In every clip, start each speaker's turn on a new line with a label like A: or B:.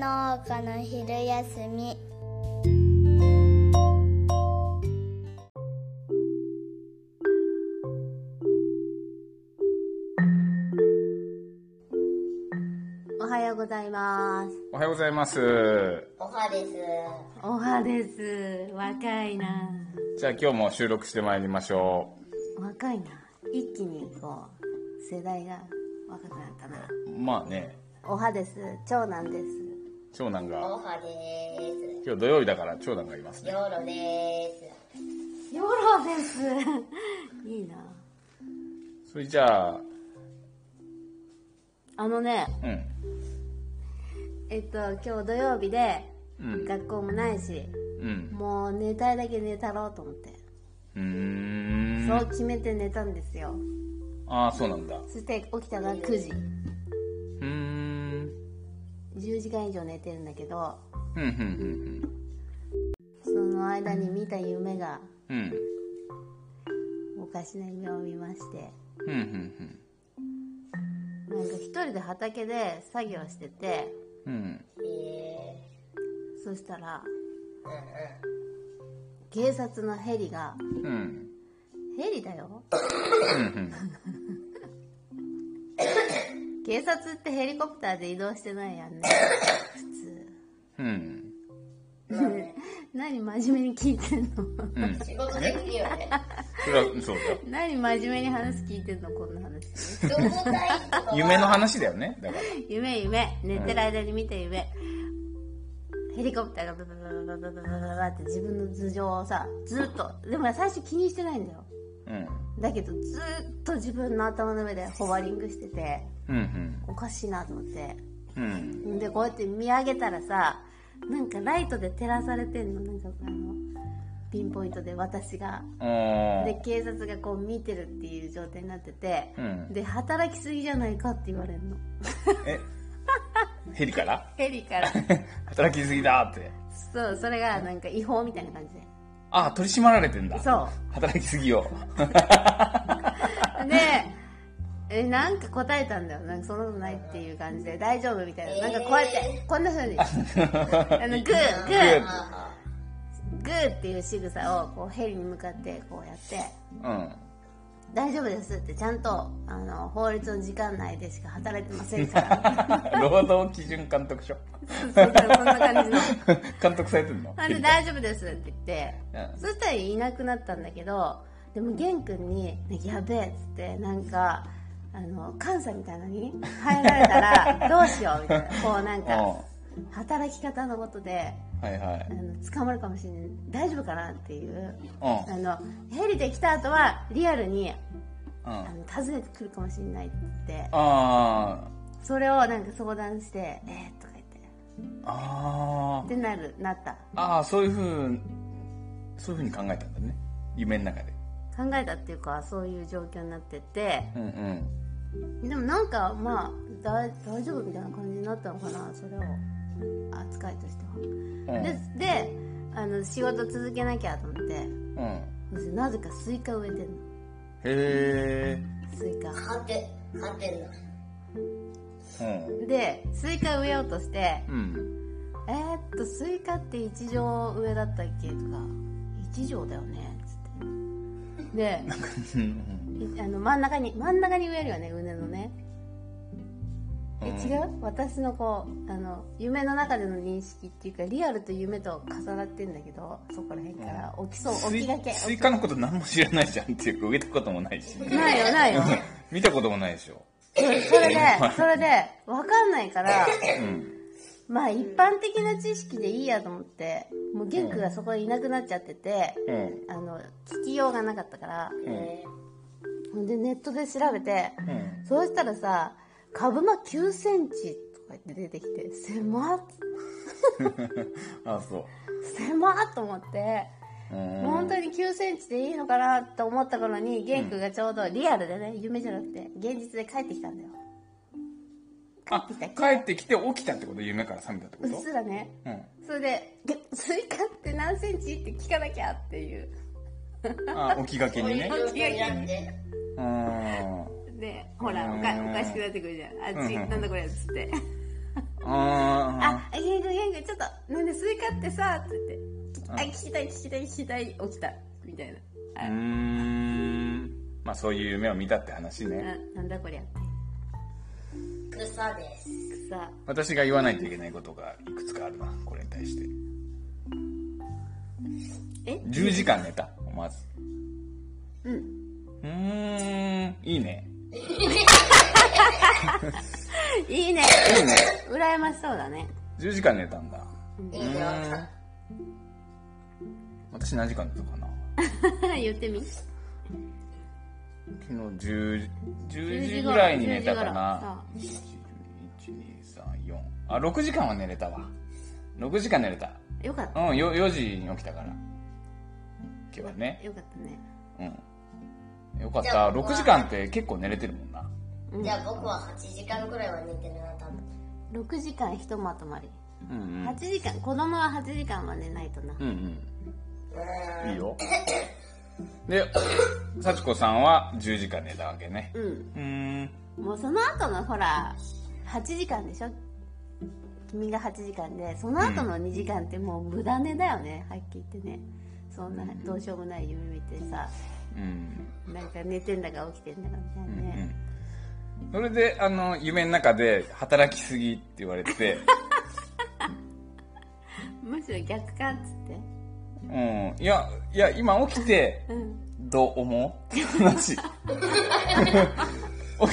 A: 農家の昼休みおはようございます
B: おはようございます。
A: おはです
C: おはです。若いな。
B: じゃあ今日も収録してまいりましょ
C: 若いな。一気にこう、世代が若くなったな。
B: う。まあね、
C: おはです。長男です。
B: 長男が、
A: はで
B: 今日土曜日だから長男がいますね。
A: 夜です
C: ヨロです。 いいな。
B: それじゃあ、
C: あのね、
B: うん、
C: えっと、今日土曜日で、
B: うん、
C: 学校もないし、
B: うん。
C: もう寝たいだけ寝たろうと思って。
B: うー。
C: そうん決めて寝たんですよ。
B: ああ、そうなんだ。う
C: そして起きたのが9時。
B: ーん。
C: 10時間以上寝てるんだけど、
B: ふんふんふん
C: その間に見た夢が、
B: ふん。うん。
C: おかしな夢を見まして。
B: ふんふん
C: なんか一人で畑で作業してて
B: ふん。うん。
C: そしたら警察のヘリが
B: うん。
C: ヘリだよ
B: ふんふん。
C: 警察ってヘリコプターで移動してないやんね
B: うん。
C: 何真面目に聞いてんの
B: うん。
A: 仕事できるよね
B: それは、そうだよ。
C: 何真面目に話聞いてんのこんな話
B: 夢の話だよね。だから。
C: 夢夢寝てる間に見た夢ヘリコプターがブブブブブブブブブって自分の頭上をさずっとでも最初気にしてないんだよ
B: うん。
C: だけどずっと自分の頭の上でホバリングしてて
B: うん
C: おかしいなと思って
B: うん。うん。
C: でこうやって見上げたらさなんかライトで照らされてんのなんかあのピンポイントで私が
B: あ
C: で
B: ー
C: 警察がこう見てるっていう状態になってて
B: うん。
C: で働きすぎじゃないかって言われるの
B: え、ヘリから
C: ヘリから
B: 働きすぎだって。
C: そうそれがなんか違法みたいな感じで
B: あ、取り締まられてんだ。
C: そう
B: 働きすぎよ。
C: でえなんか答えたんだよなんかそんなことないっていう感じで大丈夫みたいななんかこうやってこんな 風にあのグーグーグーっていう仕草をこうヘリに向かってこうやって
B: うん。
C: 大丈夫ですってちゃんとあの法律の時間内でしか働いてませんから
B: 労働基準監督署。
C: そうそうそんな感じの
B: 監督されてんの
C: なんで大丈夫ですって言って、
B: うん
C: そしたらいなくなったんだけどでも玄君に「やべえ」っつってなんかあの監査みたいなのに入られた らどうしようみたいなこうなんか働き方のことで
B: うん。はいは
C: あ
B: い。
C: の捕まるかもしれない大丈夫かなっていう
B: う
C: あのヘリで来た後はリアル
B: ん。
C: に
B: うん
C: あ。の訪ねてくるかもしれないって言って
B: あ
C: それをなんか相談して「えー、とか言って
B: ー。あ
C: っ
B: ー。
C: てなるなった
B: あー、そういうふう、そういうふうに考えたんだね。夢の中で。
C: 考えたっていうかそういう状況になってて
B: うんうん。
C: でもなんかまあ大大丈夫みたいな感じになったのかなそれを扱いとして
B: う
C: は
B: ん。
C: でであの仕事続けなきゃと思って
B: うん。
C: そしてなぜかスイカ植えてんの
B: へえ。
C: スイカ
A: はてはてんな
B: うん。
C: でスイカ植えようとして
B: うん。
C: えー、っとスイカって一条上だったっけとか一条だよねつってで
B: うん
C: いあの真ん中に真ん中に植えるよね畝のねえ
B: うん
C: 違う私のこうあの夢の中での認識っていうかリアルと夢と重なってんだけどそこら辺から起きそう
B: ス
C: 起
B: イ
C: きがけ
B: スイカのこと何も知らないじゃんっていうか、植えたこともないし。
C: ない よないよ
B: 見たこともないでしょ。
C: それそれでそれで分かんないから
B: うん。
C: まあ一般的な知識でいいやと思ってもう玄君がそこにいなくなっちゃってて、
B: うん。
C: あの聞きようがなかったから
B: うん。
C: ほんでネットで調べて
B: うん。
C: そうしたらさ「株間9センチ」とかって出てきて「狭っ
B: あそ
C: 狭っ!」と思って。
B: う。うん
C: 本当に9センチでいいのかなと思った頃に玄君がちょうどリアルでね夢じゃなくて現実で帰ってきたんだよ
B: あ
C: 帰ってき
B: 帰ってきて起きたってこと夢から覚めたってこ
C: う
B: と
C: っすらね
B: うん。
C: それで「げスイカって何センチ?」って聞かなきゃっていう
B: あ、起きがけにね。
C: 本気が来た
B: うん。
C: でほらお
B: う
C: か
B: ん
C: おかしくなってくるじゃんあ
B: う
C: っ
B: ん
C: ち
B: うん
C: なんだこれっつって
B: あ
C: ああ、ゲングゲング、ちょっと、なんでスイカってさ、って言って、あ、聞きたい聞きたい聞きたい、起きた、みたいな。
B: うーんまあそういう夢を見たって話ね
C: あ、なんだこりゃって。
A: 草です。
C: 草。
B: 私が言わないといけないことがいくつかあるなこれに対して
C: え
B: 10時間寝たまず
C: うん。
B: うーんいいね
C: いいね。
B: いいね
C: 羨ましそうだね。
B: 10時間寝たんだ
A: いいよ。
B: 私何時間寝たかな
C: 言ってみ。
B: 昨日 10, 10
C: 10
B: 時
C: 時
B: ぐ
C: ぐ
B: ら
C: ら
B: い
C: い
B: に寝たかな
C: あ
B: 123あ6時間は寝れたわ6時間寝れた
C: よかっ
B: う
C: た。
B: んよ4時に起きたから今日はね
C: よかったね。
B: うんよかっ
A: じゃ
B: た
A: あ僕は
B: 6時間って結構寝れてるもんな
C: うん
A: じゃあ僕は8時間くらいは寝てるな、多分。
C: 6時間ひとまとまり。
B: うんうん
C: 8時間、子供は8時間は寝ないとな。
B: う
A: う
B: んうん
A: ん。
B: いいよで幸子さんは10時間寝たわけね
C: うん。
B: うーん
C: もうその後のほら、8時間でしょ君が8時間で、その後の2時間ってもう無駄寝だよね、はっきり言ってね。そんなどうしようもない夢見てさ、
B: うん
C: なんか寝てんだか起きてんだかみたいな
B: うん
C: ね。
B: それであの夢の中で働きすぎって言われ て
C: むしろ逆かっつって。
B: うんいやいや今起きて
C: うん。
B: どう思うって 話起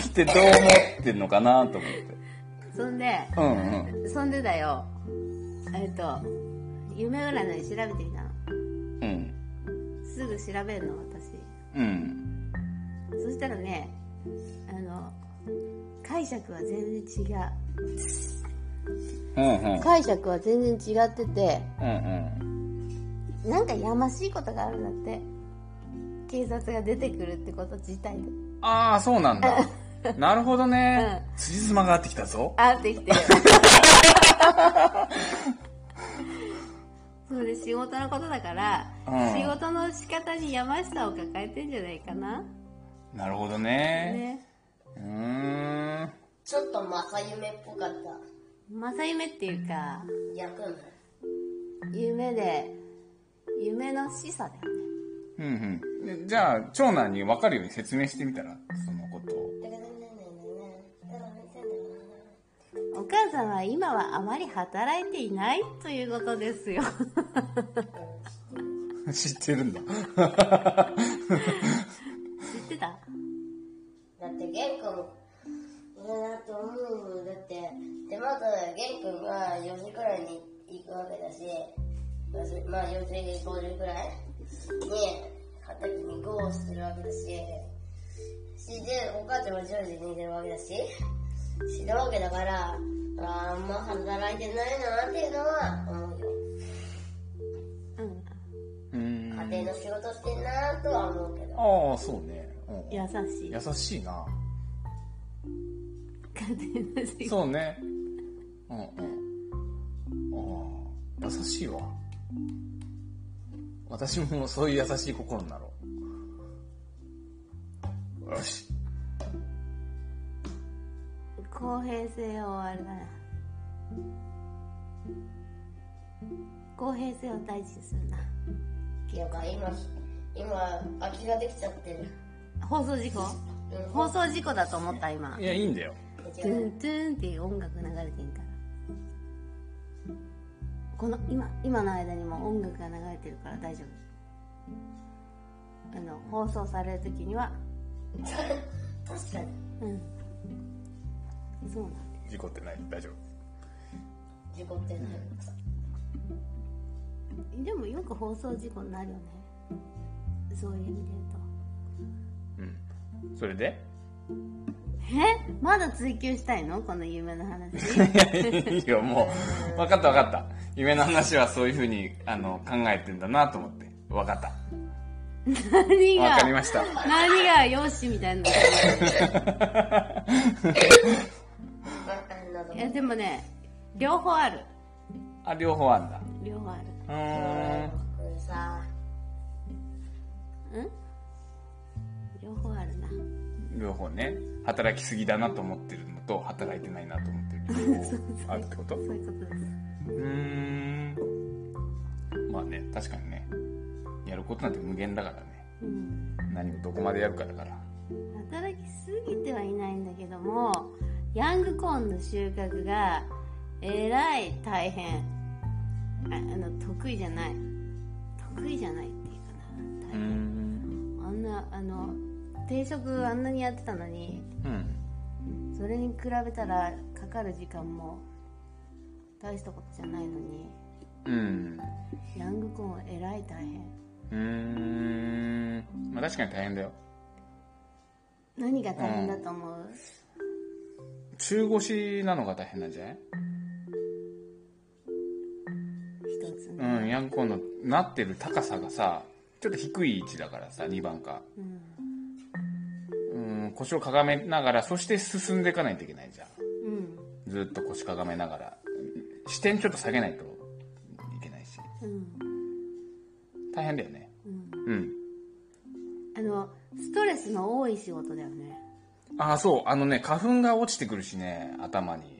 B: きてどう思ってんのかなと思って
C: そんで、
B: うんうん
C: そんでだよ、えっと、夢占い調べてみたの。
B: うん
C: すぐ調べるの、私。
B: うん
C: そしたらね、あの、解釈は全然違う。
B: うんうん
C: 解釈は全然違ってて、
B: うん
C: なんかやましいことがあるんだって。警察が出てくるってこと自体で。
B: うんああそうなん だなるほどね、
C: う
B: 辻褄が合ってきたぞ
C: あ、でき てる。それで仕事のことだから、
B: うん
C: 仕事の仕方にやましさを抱えてんじゃないかな。
B: なるほどねう
C: ね。
B: ーん
A: ちょっと正夢っぽかった。
C: 正夢っていうか、
A: 逆も。
C: 夢で、夢の示唆だよ
B: うんうんでじゃあ長男に分かるように説明してみたらそのことを
C: ね。お母さんは今はあまり働いていないということですよ。
B: 知ってるんだ。
C: 知ってた
A: だって玄君嫌だと思うもんだってでまず玄君は4時くらいに行くわけだしまあまあ4時5時くらいに畑にゴーしてるわけだししでお母ちゃんは10時に寝てるわけだししてるわけだからあんま働いてないなっていうのは思うよ
C: う
B: うん。
C: ん。
A: 家庭の仕事してんなとは思うけど
B: ああ、そうね。うん
C: 優しい。
B: 優しいな。
C: 家庭の仕事
B: そうね。うんうん。ああ、優しいわ。私もそういう優しい心になろう。よし。
C: 公平性をあれだな公平性を大事にするな
A: なんか今今空きができちゃってる
C: 放送事故
A: うん
C: 放送事故だと思った今
B: いや、いいんだよ。
C: トゥントゥンっていう音楽流れてんからこの今今の間にも音楽が流れてるから大丈夫あの放送される時には
A: 確かに
C: うんそうなんだ
B: 事故ってない。大丈夫。
A: 事故ってない
C: でもよく放送事故になるよねそういう意味で言うと
B: うん。それで
C: えまだ追求したいのこの夢の 話
B: いいよ、もう。分かった分かった。夢の話はそういうふうに、あの、考えてんだなと思って。分かった。
C: 何が
B: 分かりました。
C: 何がよしみたいな
A: など
C: いやでもね両方ある
B: あ、両方あんだ。
C: 両方ある
B: うーん。
A: うんさ
C: うん両方あるな
B: 両方ね 働きすぎだなと思ってるのと働いてないなと思ってる両方あるってこと
C: そういうことです
B: うーんまあね確かにねやることなんて無限だからね
C: うん、
B: 何をどこまでやるかだから
C: 働きすぎてはいないんだけどもヤングコーンの収穫がえらい大変ああの得意じゃない得意じゃないっていうかな
B: う
C: 大
B: ー
C: 変
B: ん
C: あんなあの定食あんなにやってたのに
B: うん
C: それに比べたらかかる時間も大したことじゃないのに
B: うん
C: ヤングコーンえらい大変
B: うーんまあ確かに大変だよ
C: 何が大変だと思う、
B: 中腰なのが大変なんじゃない
C: 一つね
B: うん、ヤングコーンのなってる高さがさ、ちょっと低い位置だからさ、2番か。
C: うん
B: うん、腰をかがめながら、そして進んでいかないといけないじゃん。
C: うん
B: ずっと腰かがめながら。視点ちょっと下げないといけないし。
C: うん
B: 大変だよね。
C: うん
B: うん。
C: あのストレスの多い仕事だよね
B: ああ、そう。あのね、花粉が落ちてくるしね、頭に。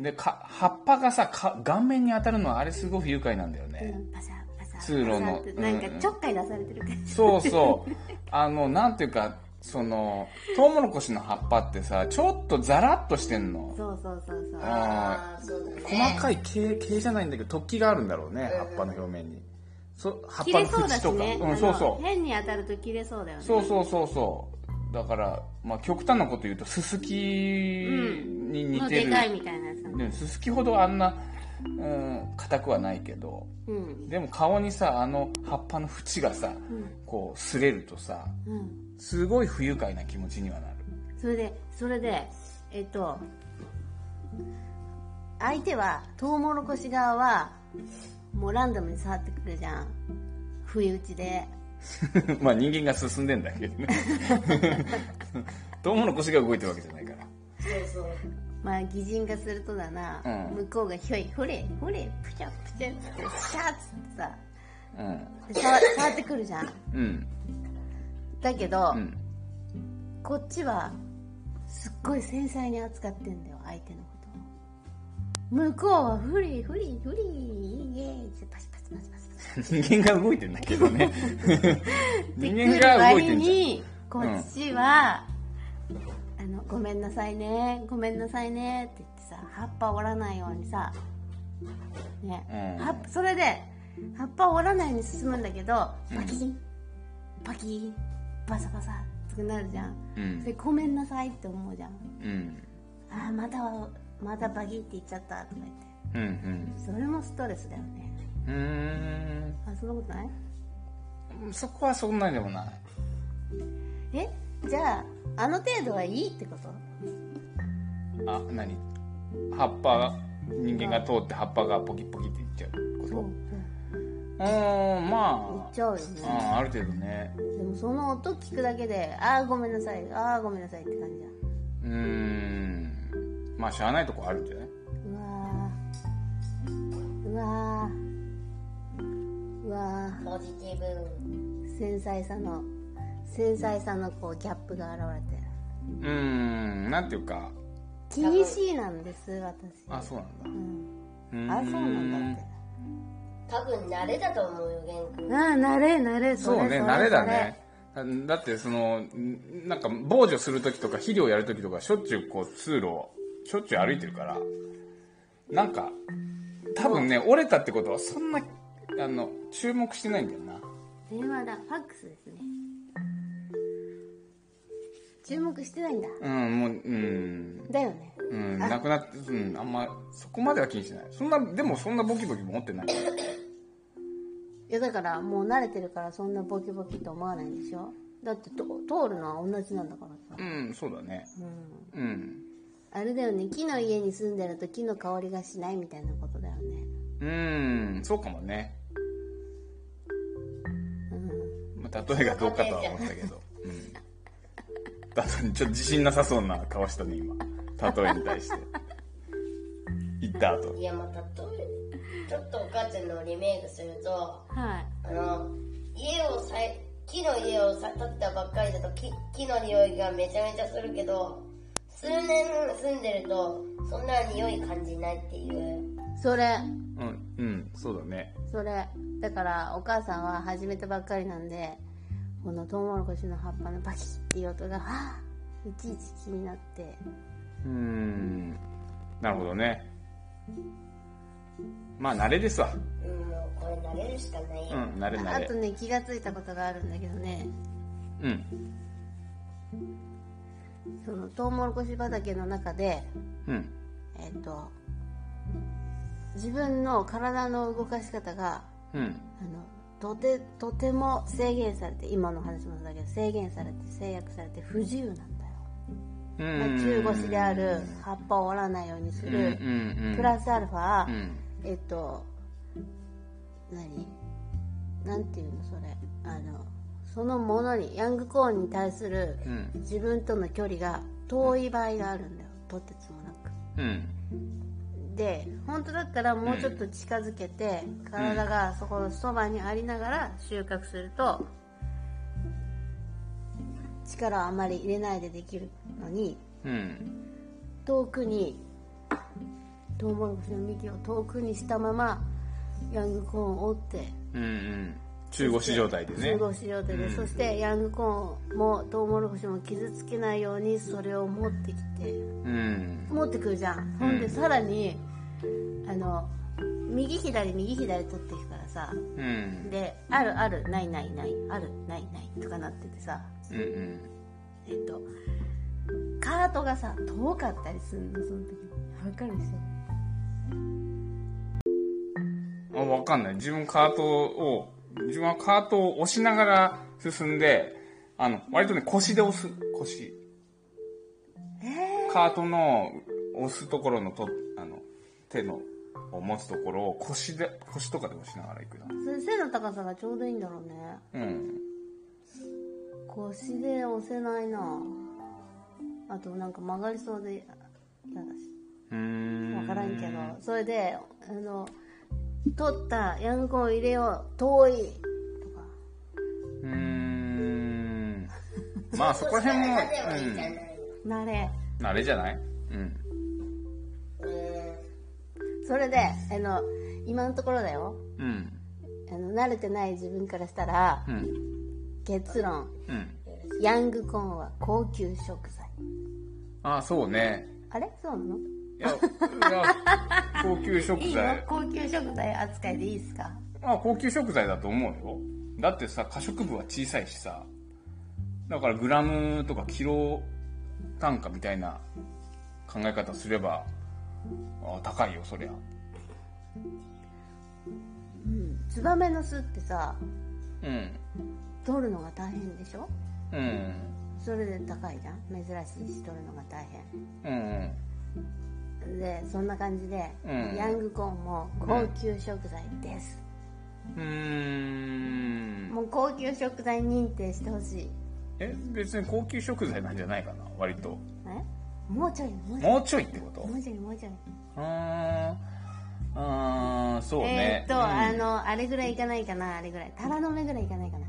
B: で、か、葉っぱがさ、か顔面に当たるのはあれすごく不愉快なんだよね。
C: うんパシャパシャ
B: 通路の
C: パシャってなんか
B: うん
C: ちょっかい出されてる感じ
B: そうそう。あの、なんていうか、その、トウモロコシの葉っぱってさ、ちょっとザラッとしてんの。
C: そうそうそうそう
B: あ
A: ああ、そうだね。
B: 細か
A: い。
B: い毛、毛じゃないんだけど、突起があるんだろうね、
A: うん
B: 葉っぱの表面に。そ葉っ
C: 切
B: ぱ
C: れ
B: の
C: そうだ
B: 縁とか。
C: しね、
B: うん、
C: あ
B: そう
C: の
B: そう。
C: 変に当たると切れそうだよね
B: そうそうそうそう。だから、まあ、極端なこと言うと、ススキに似
C: の
B: て
C: で
B: る。
C: かいみたいなやつだね
B: でも、ススキほどあんな、うん、硬くはないけど、
C: うん
B: でも顔にさ、あの葉っぱの縁がさ、
C: ん
B: こう、擦れるとさ、
C: うん
B: すごい不愉快な気持ちにはなる。
C: それでそれでえっと相手はトウモロコシ側はもうランダムに触ってくるじゃん不意打ちで
B: まあ人間が進んでんだけ どねトウモロコシが動いてるわけじゃないから
A: そう
C: まあ擬人化するとだな、
B: うん
C: 向こうがひょいほれほれプチャプチャシャッつってさ
B: うん
C: で 触触ってくるじゃん
B: うん
C: だけど、
B: うん
C: こっちはすっごい繊細に扱ってんだよ相手のことを向こうはフリフリフリイエーイってパシパシパシパシパシ
B: 人間が動いてんだけど ね
C: って
B: 人
C: く
B: 間
C: る
B: が動いて
C: 割
B: んじ
C: にこっちは、あの「ごめんなさいねごめんなさいね」って言ってさ葉っぱ折らないようにさ、ね
B: うん
C: 葉っぱそれで葉っぱ折らないように進むんだけどパキン、パキンバサバサってなるじゃん、
B: ゃんうん
C: でごめんなさいって思うじゃん
B: うん
C: あーまたはまたバギって言っちゃったとか言って
B: うん
C: それもストレスだよね
B: うんう
C: あそんなことない
B: ーんそこはそんなんでもない
C: えじゃああの程度はいいってこと
B: あ何葉っぱが人間が通って葉っぱがポキポキっていっちゃうこと
C: そう
B: う
C: そう
B: ーん
C: 言
B: ま
C: っちゃうよ
B: あ
C: ね
B: あある程度ね
C: でもその音聞くだけでああごめんなさいああごめんなさいって感じじゃ
B: うーんまあしゃあないとこあるんじゃない
C: んうわーうわーうわ
A: ポジティブ。
C: ー繊細さの繊細さのこうギャップが現れて
B: うーんなんていうか
C: 気にしいなんです私
B: あそうなんだ
C: うん
B: うーん
C: あそうなんだって
A: 多分慣れだと思うよ、玄君。
C: ああ慣れ慣れ
B: そうね慣れだねだだってそのんなんか防除する時とか肥料やる時とかしょっちゅうこう通路をしょっちゅう歩いてるからなんか多分ね折れたってことはそんなあの注目してないんだよな
C: 電話だファックスですね注目してないんだ
B: うんもううん
C: だよね
B: うん、なくなって、うん、あんま、そこまでは気にしない。そんな、でもそんなボキボキ持ってないから。
C: いやだからもう慣れてるからそんなボキボキと思わないんでしょだってと通るのは同じなんだから
B: う
C: さ、
B: ん、そうだね。
C: うん、
B: うん。
C: あれだよね木の家に住んでると木の香りがしないみたいなことだよね
B: うん、そうかもね。
C: うん
B: まあ、例えがどうかとは思ったけど。うん。だとちょっと自信なさそうな顔したね、今。例えに対して。言った後。
A: いや、またと、ちょっとお母ちゃんのリメイクすると、
C: はい
A: あの、家をさい、木の家をさ建てたばっかりだと木木の匂いがめちゃめちゃするけど、数年住んでると、そんな匂い感じないっていう
C: それ
B: うん、うん、そうだね。
C: それだからお母さんは始めたばっかりなんでこのトウモロコシの葉っぱのバキッっていう音がはあいちいち気になって
B: うーん、なるほどね。まあ、慣れですわ。
A: うん、もうこれ慣れるしかないよ。
B: うん、慣れ慣
C: あ
B: れ
C: と。ね気がついたことがあるんだけどね
B: うん、
C: そのトウモロコシ畑の中で
B: うん。
C: えっと自分の体の動かし方が
B: うん、
C: あのとてとても制限されて今の話もそうだけど制限されて制約されて不自由なんだよ、
B: う
C: まあ
B: ん、
C: 中腰である葉っぱを折らないようにす
B: うん
C: る、
B: うんうん、
C: プラスアルファ、
B: うん
C: えっと何なんていうのそれあのそのものにヤングコーンに対する
B: うん
C: 自分との距離が遠い場合があるんだよとてつもなく
B: うん
C: で本当だったらもうちょっと近づけて、体がそこのそばにありながら収穫すると力をあまり入れないでできるのに
B: うん
C: 遠くにトウモロコシの幹を遠くにしたままヤングコーンを折って
B: うんうん中腰状態でね
C: 中腰状態で、
B: うん
C: そしてヤングコーンもトウモロコシも傷つけないようにそれを持ってきて
B: うん
C: 持ってくるじゃん、ほんでさらにあの右左右左取っていくからさ
B: うん
C: であるあるないないないあるないないとかなっててさ
B: うんうん
C: えっとカートがさ遠かったりするのその時わかるでしょ
B: あわかんない自分カートを自分はカートを押しながら進んであの割とね腰で押す腰
C: え
B: カートの押すところのとあの手のを持つところを腰で腰とかで押しながら行くな
C: ー、それ背の高さがちょうどいいんだろうね
B: うん
C: 腰で押せないなあとなんか曲がりそうで嫌だし
B: うーん
C: 分からんけどそれであの取ったヤングコーンを入れよう遠いとか
B: うーんまあそこら辺も、
A: うしたら立てばいいじゃないの。
C: 慣れ
B: うん、あれじゃないうん
A: う
C: それであの今のところだよ
B: うん
C: あの慣れてない自分からしたら
B: うん
C: 結論
B: うん
C: ヤングコーンは高級食材
B: あそうね
C: あれそうなの
B: いやいや高級食
C: いいの
B: 材
C: 高級食材扱いでいいですか
B: あ高級食材だと思うよだってさ可食部は小さいしさだからグラムとかキロ単価みたいな考え方すればあ高いよそりゃ
C: うんツバメの巣ってさ
B: うん
C: 取るのが大変でしょ
B: うん
C: それで高いじゃん珍しいし取るのが大変
B: うん
C: でそんな感じで、
B: うん
C: ヤングコーンも高級食材です、
B: うーん
C: もう高級食材認定してほしい
B: え別に高級食材なんじゃないかな割と
C: えもうちょいもうちょ
B: もうちょいってこと
C: いもうちょいもうちょいう
B: ーんうーんそうね
C: えーっと、
B: うん
C: あのあれぐらいいかないかなあれぐらいタラの芽ぐらいいかないかな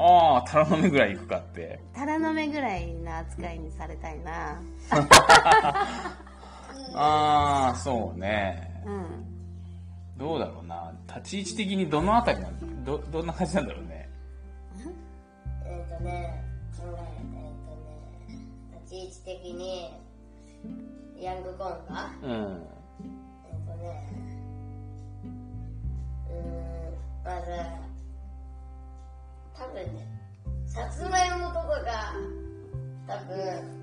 B: ああ、タラの芽ぐらい行くかって。
C: タラの芽ぐらいな扱いにされたいな
B: ああ、そうね。
C: うん
B: どうだろうな。立ち位置的にどのあたりなんど、どんな感じなんだろうね。
A: ん。えっ、とね、考えると、えっ、とね、立ち位置的に、ヤングコーンが、
B: うん。
A: えっ、とね、うーん、まず、多分ね、さつまいもとかが、多分、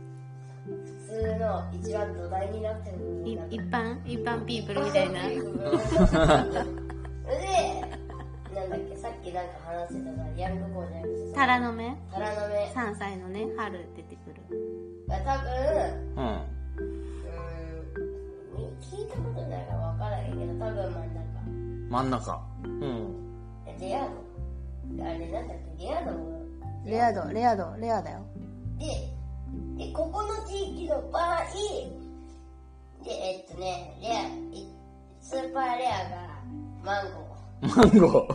A: 普通の一番土台になってるん
C: い
A: だ
C: 一般一般ピープルみたいな
A: で、なんだっけ、さっきなんか話してたから、ヤングコーンじゃなくて
C: タ
A: さ、
C: ラの芽
A: タラの芽
C: 3歳のね春出てくる
A: が多分、
B: うん。
A: うーん、聞いたことないから分からへんけど、多分真ん中。
B: 真ん中。うん。
A: えレア度あれなんだっけ、レア度
C: レア度レア度レアだよ
A: で、で、ここの地域の場合、で、えっとね、レア、いスーパーレアがマンゴ
B: マンゴー。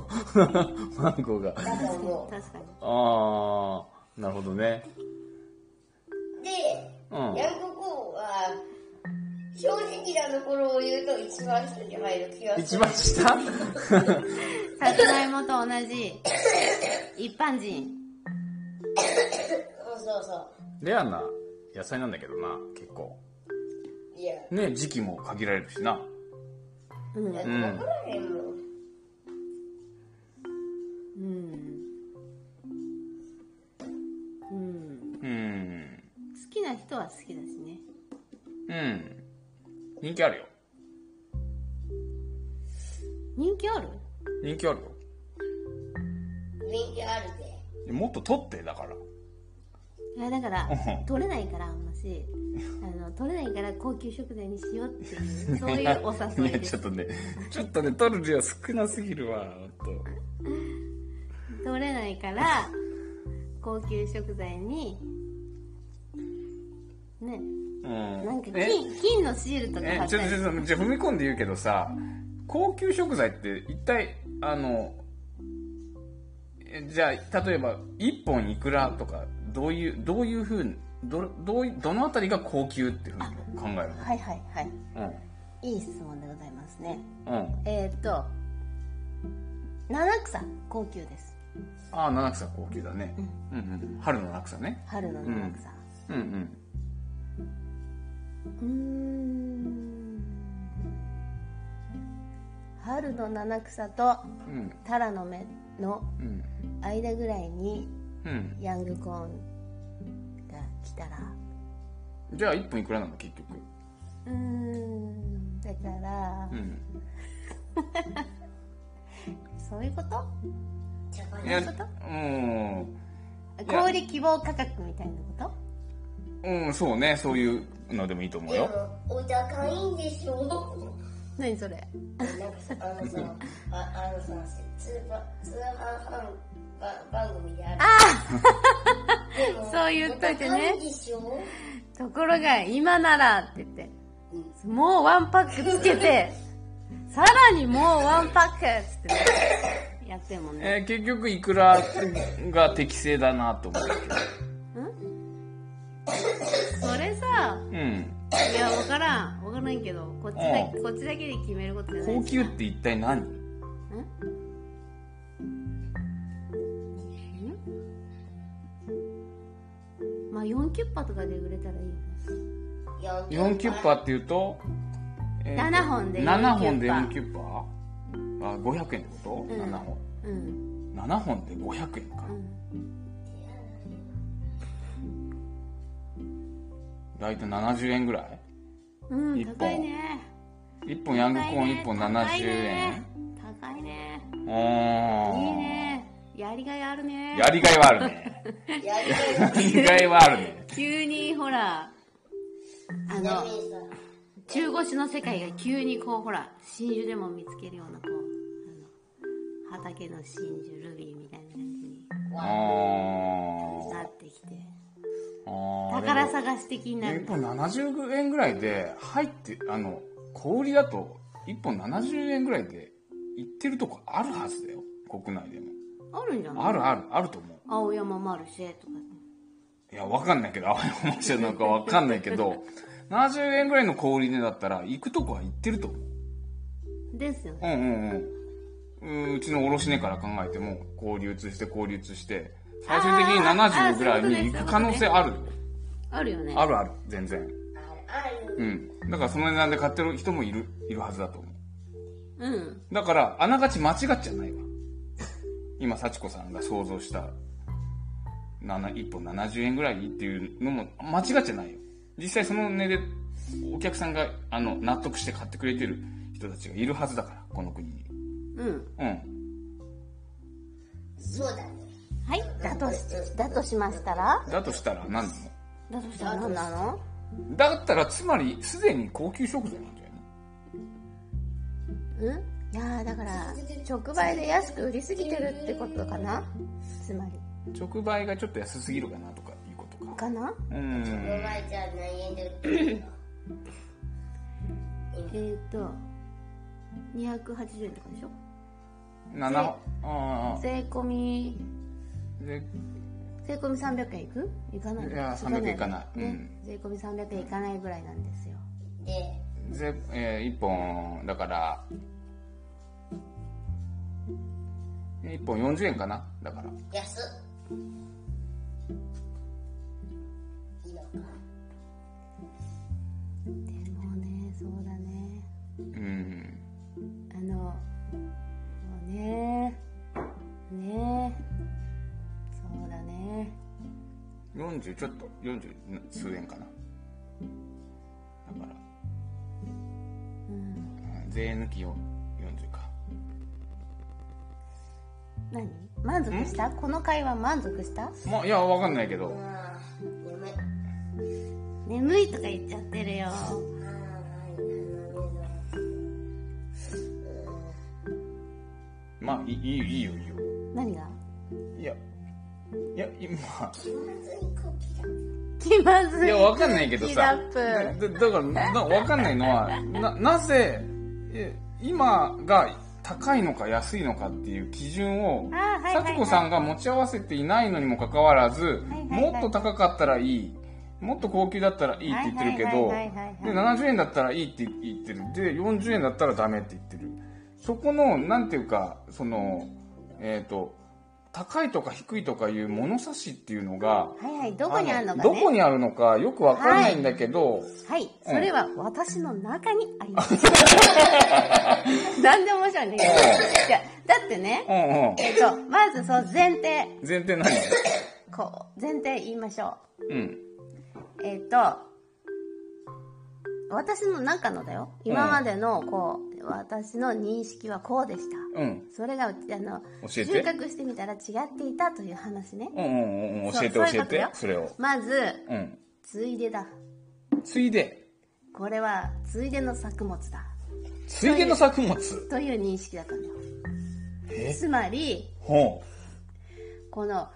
B: マンゴーが。
A: ーだと思う。
C: 確かに
B: ああ、なるほどね。
A: で、
B: うん
A: ヤングコーンは、正直なのところを言うと一番下に入る気がする。
B: 一番下
C: さつまいもと同じ、一般人。
A: うんそうそ
B: レアな野菜なんだけどな、結構。
A: う。いや、
B: ね、時期も限られるしな。
C: うん。
A: だって分からへんもん。
C: うん。うん。
B: うん。
C: 好きな人は好きだしね。
B: うん。人気あるよ。
C: 人気ある
B: 人気あるよ。
A: 人気あるで。
B: もっと取って、だから。
C: いやだから
B: うん
C: 取れないからあん ましあの取れないから高級食材にしようっていうそういうお誘い
B: ね、
C: で
B: ち
C: す
B: ょっとね、ちょっとね、取る量少なすぎるわ、ほんと。
C: 取れないから高級食材にね
B: うん。
C: なんか
B: え
C: 金金のシールとか貼
B: え
C: っ
B: ち
C: た
B: ょっと
C: り
B: ちょっとじゃあ踏み込んで言うけどさ高級食材って一体あのえじゃあ例えば1本いくらとかどういうどういうふうにどどういどのあたりが高級っていうふうに考える
C: はいはいはいいい質問でございますね
B: のうんうん
C: えーっと七草高級です
B: ああ七草高級だね、うんうん、春の七草ね
C: 春の七草
B: うんうん
C: うーん春の七草と
B: うん
C: タラの芽の
B: うん
C: 間ぐらいに
B: うん
C: ヤングコーンが来たら
B: じゃあ1本いくらなの結局
C: うーんだから、
B: うん
C: そういうこと
A: チョコレー
B: い
A: ト
B: や
C: そういうこ
B: うん
C: 小売希望価格みたいなこ
B: うんそうねそういうのでもいいと思う
A: で
B: よ
A: も、お高いんでしょ
C: と何それ
A: なんかさ、あのさ、ああのさ、通販、通販番番組である。あ
C: そう言っといて
A: 高
C: ね
A: いんでしょ
C: ところが今ならって言って
A: うん
C: もうワンパックつけ てさらにもうワンパックっつって、ね、やってるもんね
B: えー結局いくらが適正だなと思う
C: それさ
B: けど、うん、
C: いや分からん分からんけどこっちだけ
B: う
C: こっちだけで決めることじゃない
B: 高
C: し
B: 級って一体何
C: まあ4キュッパとかで売れたらいいよね
B: 4キュッパーっていうと、えと
C: 7本で4
B: 7本で
C: キュッパ
B: 4キュッパーあ500円ってこと、
C: うん
B: 7本
C: うん
B: 7本で500円か、
C: うん
B: 大体70円ぐらい
C: うん、
B: 一本
C: 高いね。
B: 1本ヤングコーン1本
C: 高い
B: 70
C: ね
B: 円
C: 高いね。
B: う
C: いい
B: ーん
C: ね。やりがいあるね。
B: やりがいはある ね
A: やりたい
B: やりがいはあるね
C: 急にほら、あ
A: ちな
C: の
A: み、にさ
C: 中腰の世界が急にこうほら、真珠でも見つけるようなこう、あの、畑の真珠、ルビーみたいな感じに
B: あ
C: な
B: ー
C: ってきて、
B: あー
C: 宝探し的にな
B: 1。
C: る
B: 本70円ぐらいで入ってあの小売りだと1本70円ぐらいで行ってるとこあるはずだよ国内でも
C: あるんじゃない
B: あるあるあると思
C: 青山マルシェとか。
B: ういやわかんないけど青山町なんかわかんないけど70円ぐらいの小売り値だったら行くとこは行ってると思う
C: ですよね。
B: うんうんうんうんうちの卸値から考えても交流通して交流通して最終的に70ぐらいに行く可能性ある
C: あるよね。
B: あるある全然
A: ある
B: うんだからその値段で買ってる人もいるいるはずだと思う
C: うん。
B: だから、あながち間違っちゃないわ。今、幸子さんが想像した、7 1本70円ぐらいっていうのも間違っちゃないよ。実際その値で、お客さんが、あの、納得して買ってくれてる人たちがいるはずだから、この国に。
C: うん。
B: うん。
A: そうだね
C: はい。だとし、だとしましたら
B: だとしたら何な
C: だとしたら何なの
B: のだったら、つまり、すでに高級食材なんだよね。
C: うんいやーだから直売で安く売りすぎてるってことかなつまり
B: 直売がちょっと安すぎるかなとかいうことか。
C: かな
B: う
A: お
B: ん。
A: 前じゃあ何円で売ってる
C: えー、っと280円とかでしょ
B: 7、ああ、
C: 税込み
B: で、
C: 税込み300円いくいかない
B: いやー300円いかない
C: ね
B: うん
C: 税込み300円いかないぐらいなんですよ
A: ので
B: ぜ、えー、1本、だから、1本40円かなだから。
A: 安っいいのか
C: でもねそうだね
B: うん。
C: あのもうねねそうだね
B: 40ちょっと、40数円かな。だから、
C: うん
B: うん税抜きを40か。
C: 何満足したこの会話満足した
B: まあ、いや、わかんないけど。
A: ああ眠い
C: 眠いとか言っちゃってる
A: あ
C: よ
A: あはい
B: まあ、いいいいよ、いいよ、いいよ。
C: 何が
B: いや、いや、今、
A: 気まずい空気だ
C: 気まずい
B: いや、わかんないけど
C: キラ
B: さ。
C: ッ
B: だ
C: プ
B: だだから、なわかんないのは、な、なぜ、え今が高いのか安いのかっていう基準を
C: あーはいはい、はい
B: 幸子さんが持ち合わせていないのにもかかわらず、
C: はいはい
B: もっと高かったらいい。もっと高級だったらいいって言ってるけど、
C: はいはいはいはいはい
B: で、70円だったらいいって言ってる。で、40円だったらダメって言ってる。そこの、なんていうか、その、えっ、と、高いとか低いとかいう物差しっていうのが、
C: はいはいどこにあるのか
B: どこ
C: ね
B: にあるのかよくわかんないんだけど、
C: はいそれは私の中にあ りますなんで面白いんだけどいやだってね
B: うんうん。
C: えっとまずそう前提
B: 前提何
C: こう前提言いましょ
B: うん。
C: うえっ、と私の中のだよ今までのこう、私の認識はこうでした
B: うん。
C: それがあの
B: 教えて
C: 収穫してみたら違っていたという話ね
B: うんうんうんうん。教えて
C: そ
B: 教え
C: うそういう
B: て
C: こ、と
B: それを。
C: まず
B: うん。
C: ついでだ
B: ついで、
C: これはついでの作物だ
B: ついでの作物。
C: という認識だから
B: え
C: つまり
B: ほ
C: この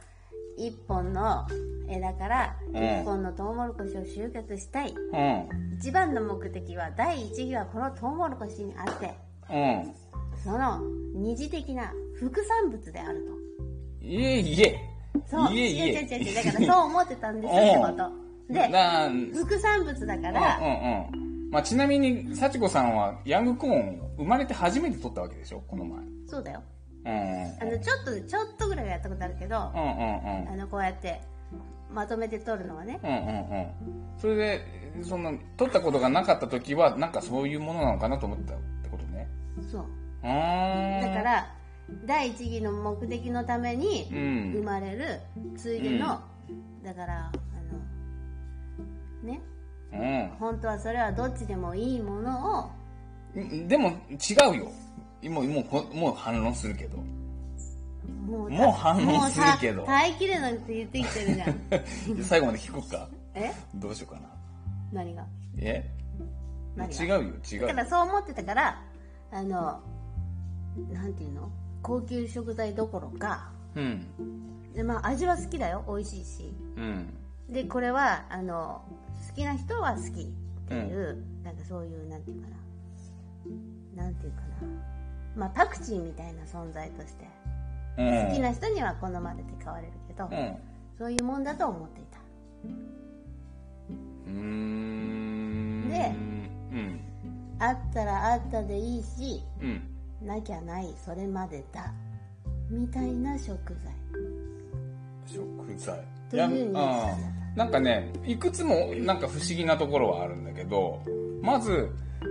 C: 一本の枝から
B: ん
C: 一本のトウモロコシを収穫したい、
B: う。うん。
C: 一番の目的は第一義はこのトウモロコシにあって
B: うん。
C: その二次的な副産物である
B: いえいえ。
C: とそう
B: いえいえ。
C: 違う違う違うだからそう思ってたんですってことで
B: なん、うん
C: 副産物だか
B: う
C: ら
B: んうん。まあ、ちなみに、幸子さんは、ヤングコーンを生まれて初めて取ったわけでしょこの前。
C: そうだよ
B: うん。
C: あのちょっとちょっとぐらいはやったことあるけど
B: うんうんうん。
C: あのこうやってまとめて取るのはね
B: うんうんうん。それで、その、取ったことがなかった時は、なんかそういうものなのかなと思ったってことね。
C: そう
B: うーん。
C: だか、ら第一義の目的のために
B: うん
C: 生まれるついでの、だからあのね
B: う
C: 本当はそれはどっちでもいいものを
B: ん。でも、違うよ。もう、もうこ、もう反論するけど。
C: もう
B: もう反応するけど
C: もうさ耐えきれないって言ってきてるじゃ ん
B: 最後まで聞こうか。
C: え
B: どうしようかな。
C: 何が
B: え
C: 何が
B: 違うよ、違
C: だか
B: うよ。
C: らそう思ってたからあのなんていうの高級食材どころか
B: うん。
C: で、まあ、味は好きだよ美味しいし
B: うん。
C: でこれはあの好きな人は好きっていう、なんかそういうなんていうかななんていうかなまあパクチーみたいな存在として
B: うん。
C: 好きな人には好まれて買われるけど、
B: うん。
C: そういうもんだと思っていた
B: うーん。
C: で
B: うん。
C: あったらあったでいいし
B: うん。
C: なきゃないそれまでだみたいな食材
B: 食材。
C: という認識
B: んなんかね、いくつもなんか不思議なところはあるんだけど、まず、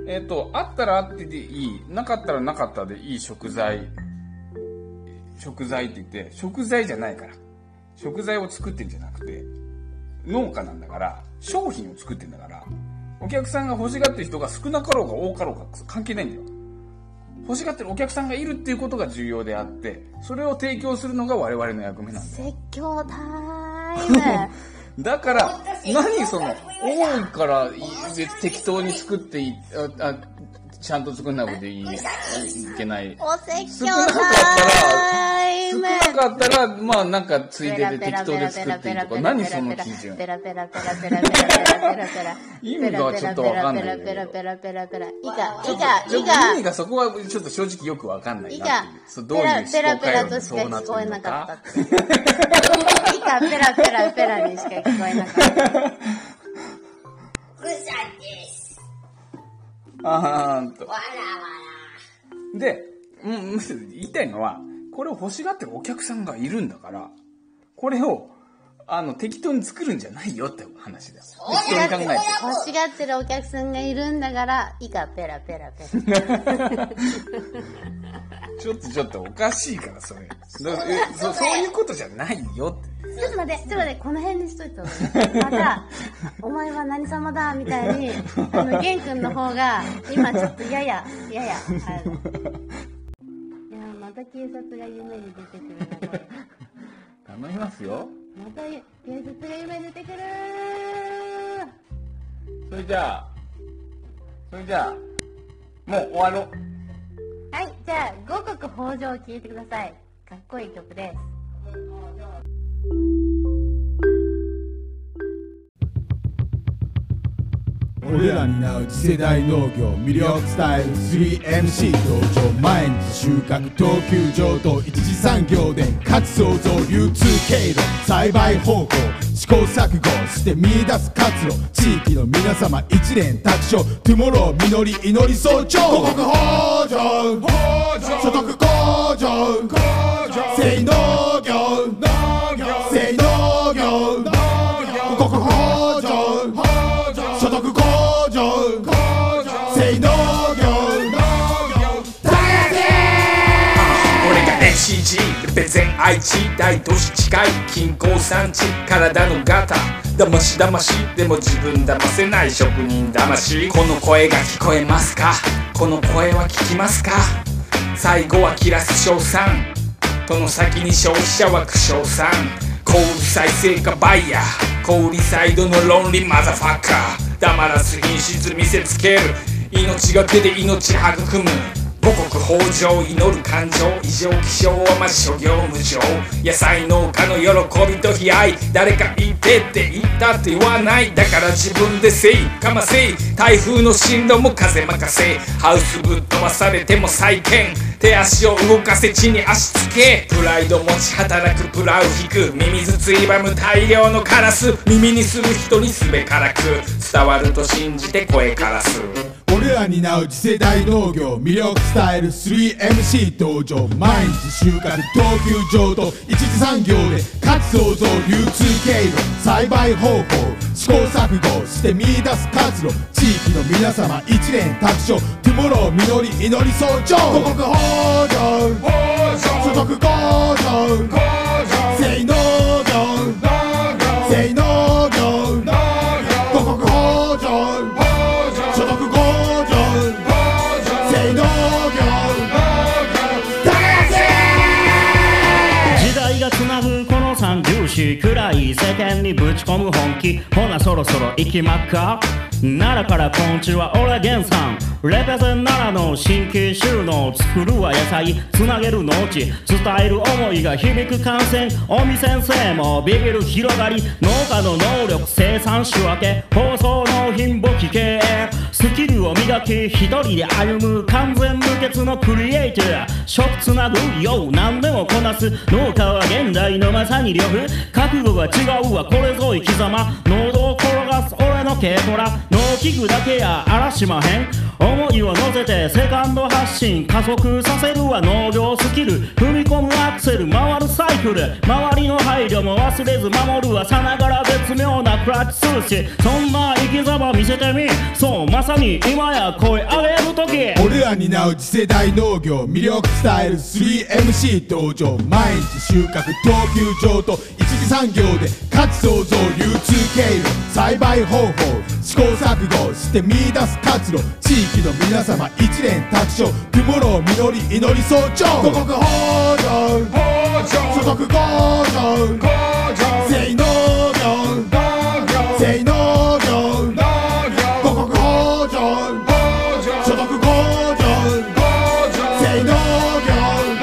B: えっ、と、あったらあってでいい、なかったらなかったでいい食材、食材って言って、食材じゃないから。食材を作ってんじゃなくて、農家なんだから、商品を作ってんだから、お客さんが欲しがってる人が少なかろうが多かろうが関係ないんだよ。欲しがってるお客さんがいるっていうことが重要であって、それを提供するのが我々の役目なんだよ。
C: 説教タ イム
B: だから、何その、多いからい別適当に作っていい、あ、あちゃんと作んなくていい、いけない。
C: お
B: 少
C: 説教
B: なかった
C: タ
B: ら、
C: イ
B: 少
C: ム
B: なかったら、まあなんかついでで適当で作っていいとか、何その基準。
C: ペラペラペラペラペラペラペラ。
B: 意味がちょっとわかんないんだけど
C: ペラペラペラペラペラ。以
B: ちょ
C: 下、以
B: っと意
C: 下、
B: 味
C: 以下。
B: がそこはちょっと正直よくわかんない
C: 以
B: なっ
C: 下
B: ていうそう。どういう思考
C: ペラ
B: 回
C: ペラペラと
B: 路
C: し
B: そう
C: か
B: なっ
C: 聞
B: て
C: こえ
B: る
C: な
B: の
C: か
B: か
C: っ。た。以下、ペラペラペラにしか聞こえなかった。
A: グサです
B: あーんと
A: わらわら。
B: で、うん、 言いたいのは、これを欲しがってるお客さんがいるんだから、これを、あの、適当に作るんじゃないよって話だよ。適当に考えて。
C: 欲しがってるお客さんがいるんだから、以下ペラペラペ
B: ちょっとちょっとおかしいから、それ。だからえそそういうことじゃないよって。
C: ラ。ちょっと待って、ちょっと待って、この辺にしといた方がいい。また、お前は何様だ、みたいに、あの、玄君の方が、今ちょっとやや、やや、あの。いや、また警察が夢に出てくるな、これ。
B: 頼みますよ。
C: また警察が夢に出てくる
B: それじゃあ、それじゃあ、もう終わろう。
C: はい、じゃあ、五穀豊穣を聴いてください。かっこいい曲です。
D: 俺ら担う次世代農業魅力スタイル 3MC 登場毎日収穫等級上等一次産業で価値創造流通経路栽培方向試行錯誤して見出す活路地域の皆様一連卓勝トゥモロー実り祈り早朝五穀豊穣所得向上生農業生農業五穀豊穣所得向上性能業
E: 俺が NCG ベゼン愛知大都市近い近郊産地体のガタ騙し騙しでも自分騙せない職人騙しこの声が聞こえますかこの声は聞きますか最後は切らす賞賛との先に消費者は苦笑さん小売再生化バイヤー小売サイドのロンリーマザファッカー黙らず品質見せつける命がけで命育む五穀豊穣祈る感情異常気象はまず諸行無常野菜農家の喜びと悲哀誰か言ってって言ったって言わないだから自分でせいかませい台風の進路も風任せハウスぶっ飛ばされても再建手足を動かせ地に足つけプライド持ち働くプラウ引くミミズついばむ大量のカラス耳にする人にすべからく伝わると信じて声からす
D: 俺ら担う次世代農業魅力スタイル 3MC 登場毎日収穫等級上等一次産業で価値創造流通経路栽培方法試行錯誤して見出す活路地域の皆様一連卓勝トゥモロー実り祈り早朝五穀豊穣所得向上性能業性能業五穀豊穣所得向上性能業
F: 時代がつなぐこの三重視暗い世間にぶち込む本気ほなそろそろ行きまっか奈良からこんちは俺源さんレペゼン奈良の新規収納作るは野菜つなげる農地伝える思いが響く感染尾身先生もビビる広がり農家の能力生産仕分け放送納品簿記経営スキルを磨き一人で歩む完全無欠のクリエイター食つなぐよう何でもこなす農家は現代のまさに呂布覚悟が違うわこれぞ生き様喉を転がす俺の軽トラ農機具だけや荒らしまへん思いを乗せてセカンド発進加速させるは農業スキル踏み込むアクセル回るサイクル周りの配慮も忘れず守るはさながら絶妙なクラッチ数しそんな生き様見せてみそうまさに今や声上げる時
D: 俺ら担う次世代農業魅力スタイル 3MC 登場毎日収穫等級上と一次産業で価値創造流通経路栽培方法試行錯誤して見出す活路地域の皆様一連卓勝トゥモロー実り祈り早朝五穀豊穣所得向上性能業性能業五穀豊穣所得向上性能業高橋俺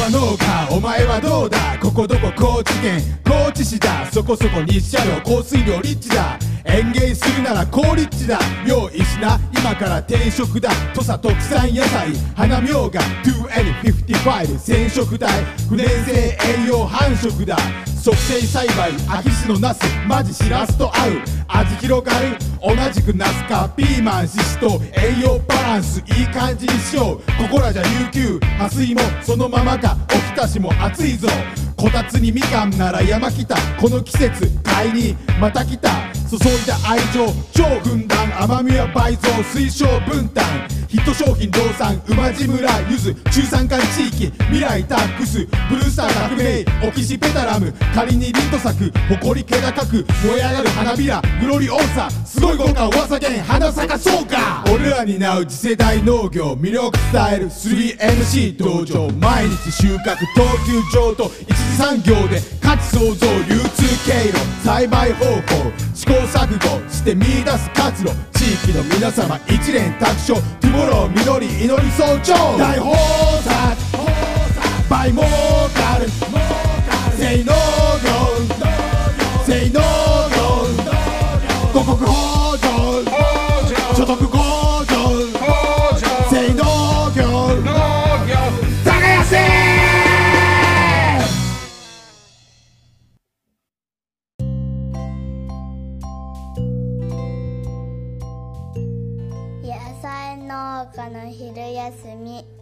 D: は農家お前はどうだここどこ高知県高知市だそこそこ日射量降水量立地だ園芸するなら高立地だ用意しな今から転職だ土佐特産野菜花みょうが2 n 5 5染色体不燃性栄養繁殖だ促成栽培秋市のナスマジシラスと合う味広がる同じくナスかピーマンシシと栄養バランスいい感じにしようここらじゃ琉球破水もそのままかおひたしも熱いぞこたつにみかんなら山来たこの季節買いにまた来た注いだ愛情超軍団甘みは倍増推奨分担ヒット商品量産馬路村ゆず中山間地域未来タックスブルースター革命オキシペタラム仮にリント作誇り気高く燃え上がる花びらグロリオーサすごい豪華噂源花咲かそうか俺らに担う次世代農業魅力スタイル 3MC 登場毎日収穫投球場と一次産業で価値創造流通経路栽培方法試行錯誤して見出す活路地域の皆様一連卓勝トゥモロー緑祈り早朝大豊作バイモーカル性能業性能業五穀豊穣所得向上性能業耕せ
G: 野菜農家の昼休み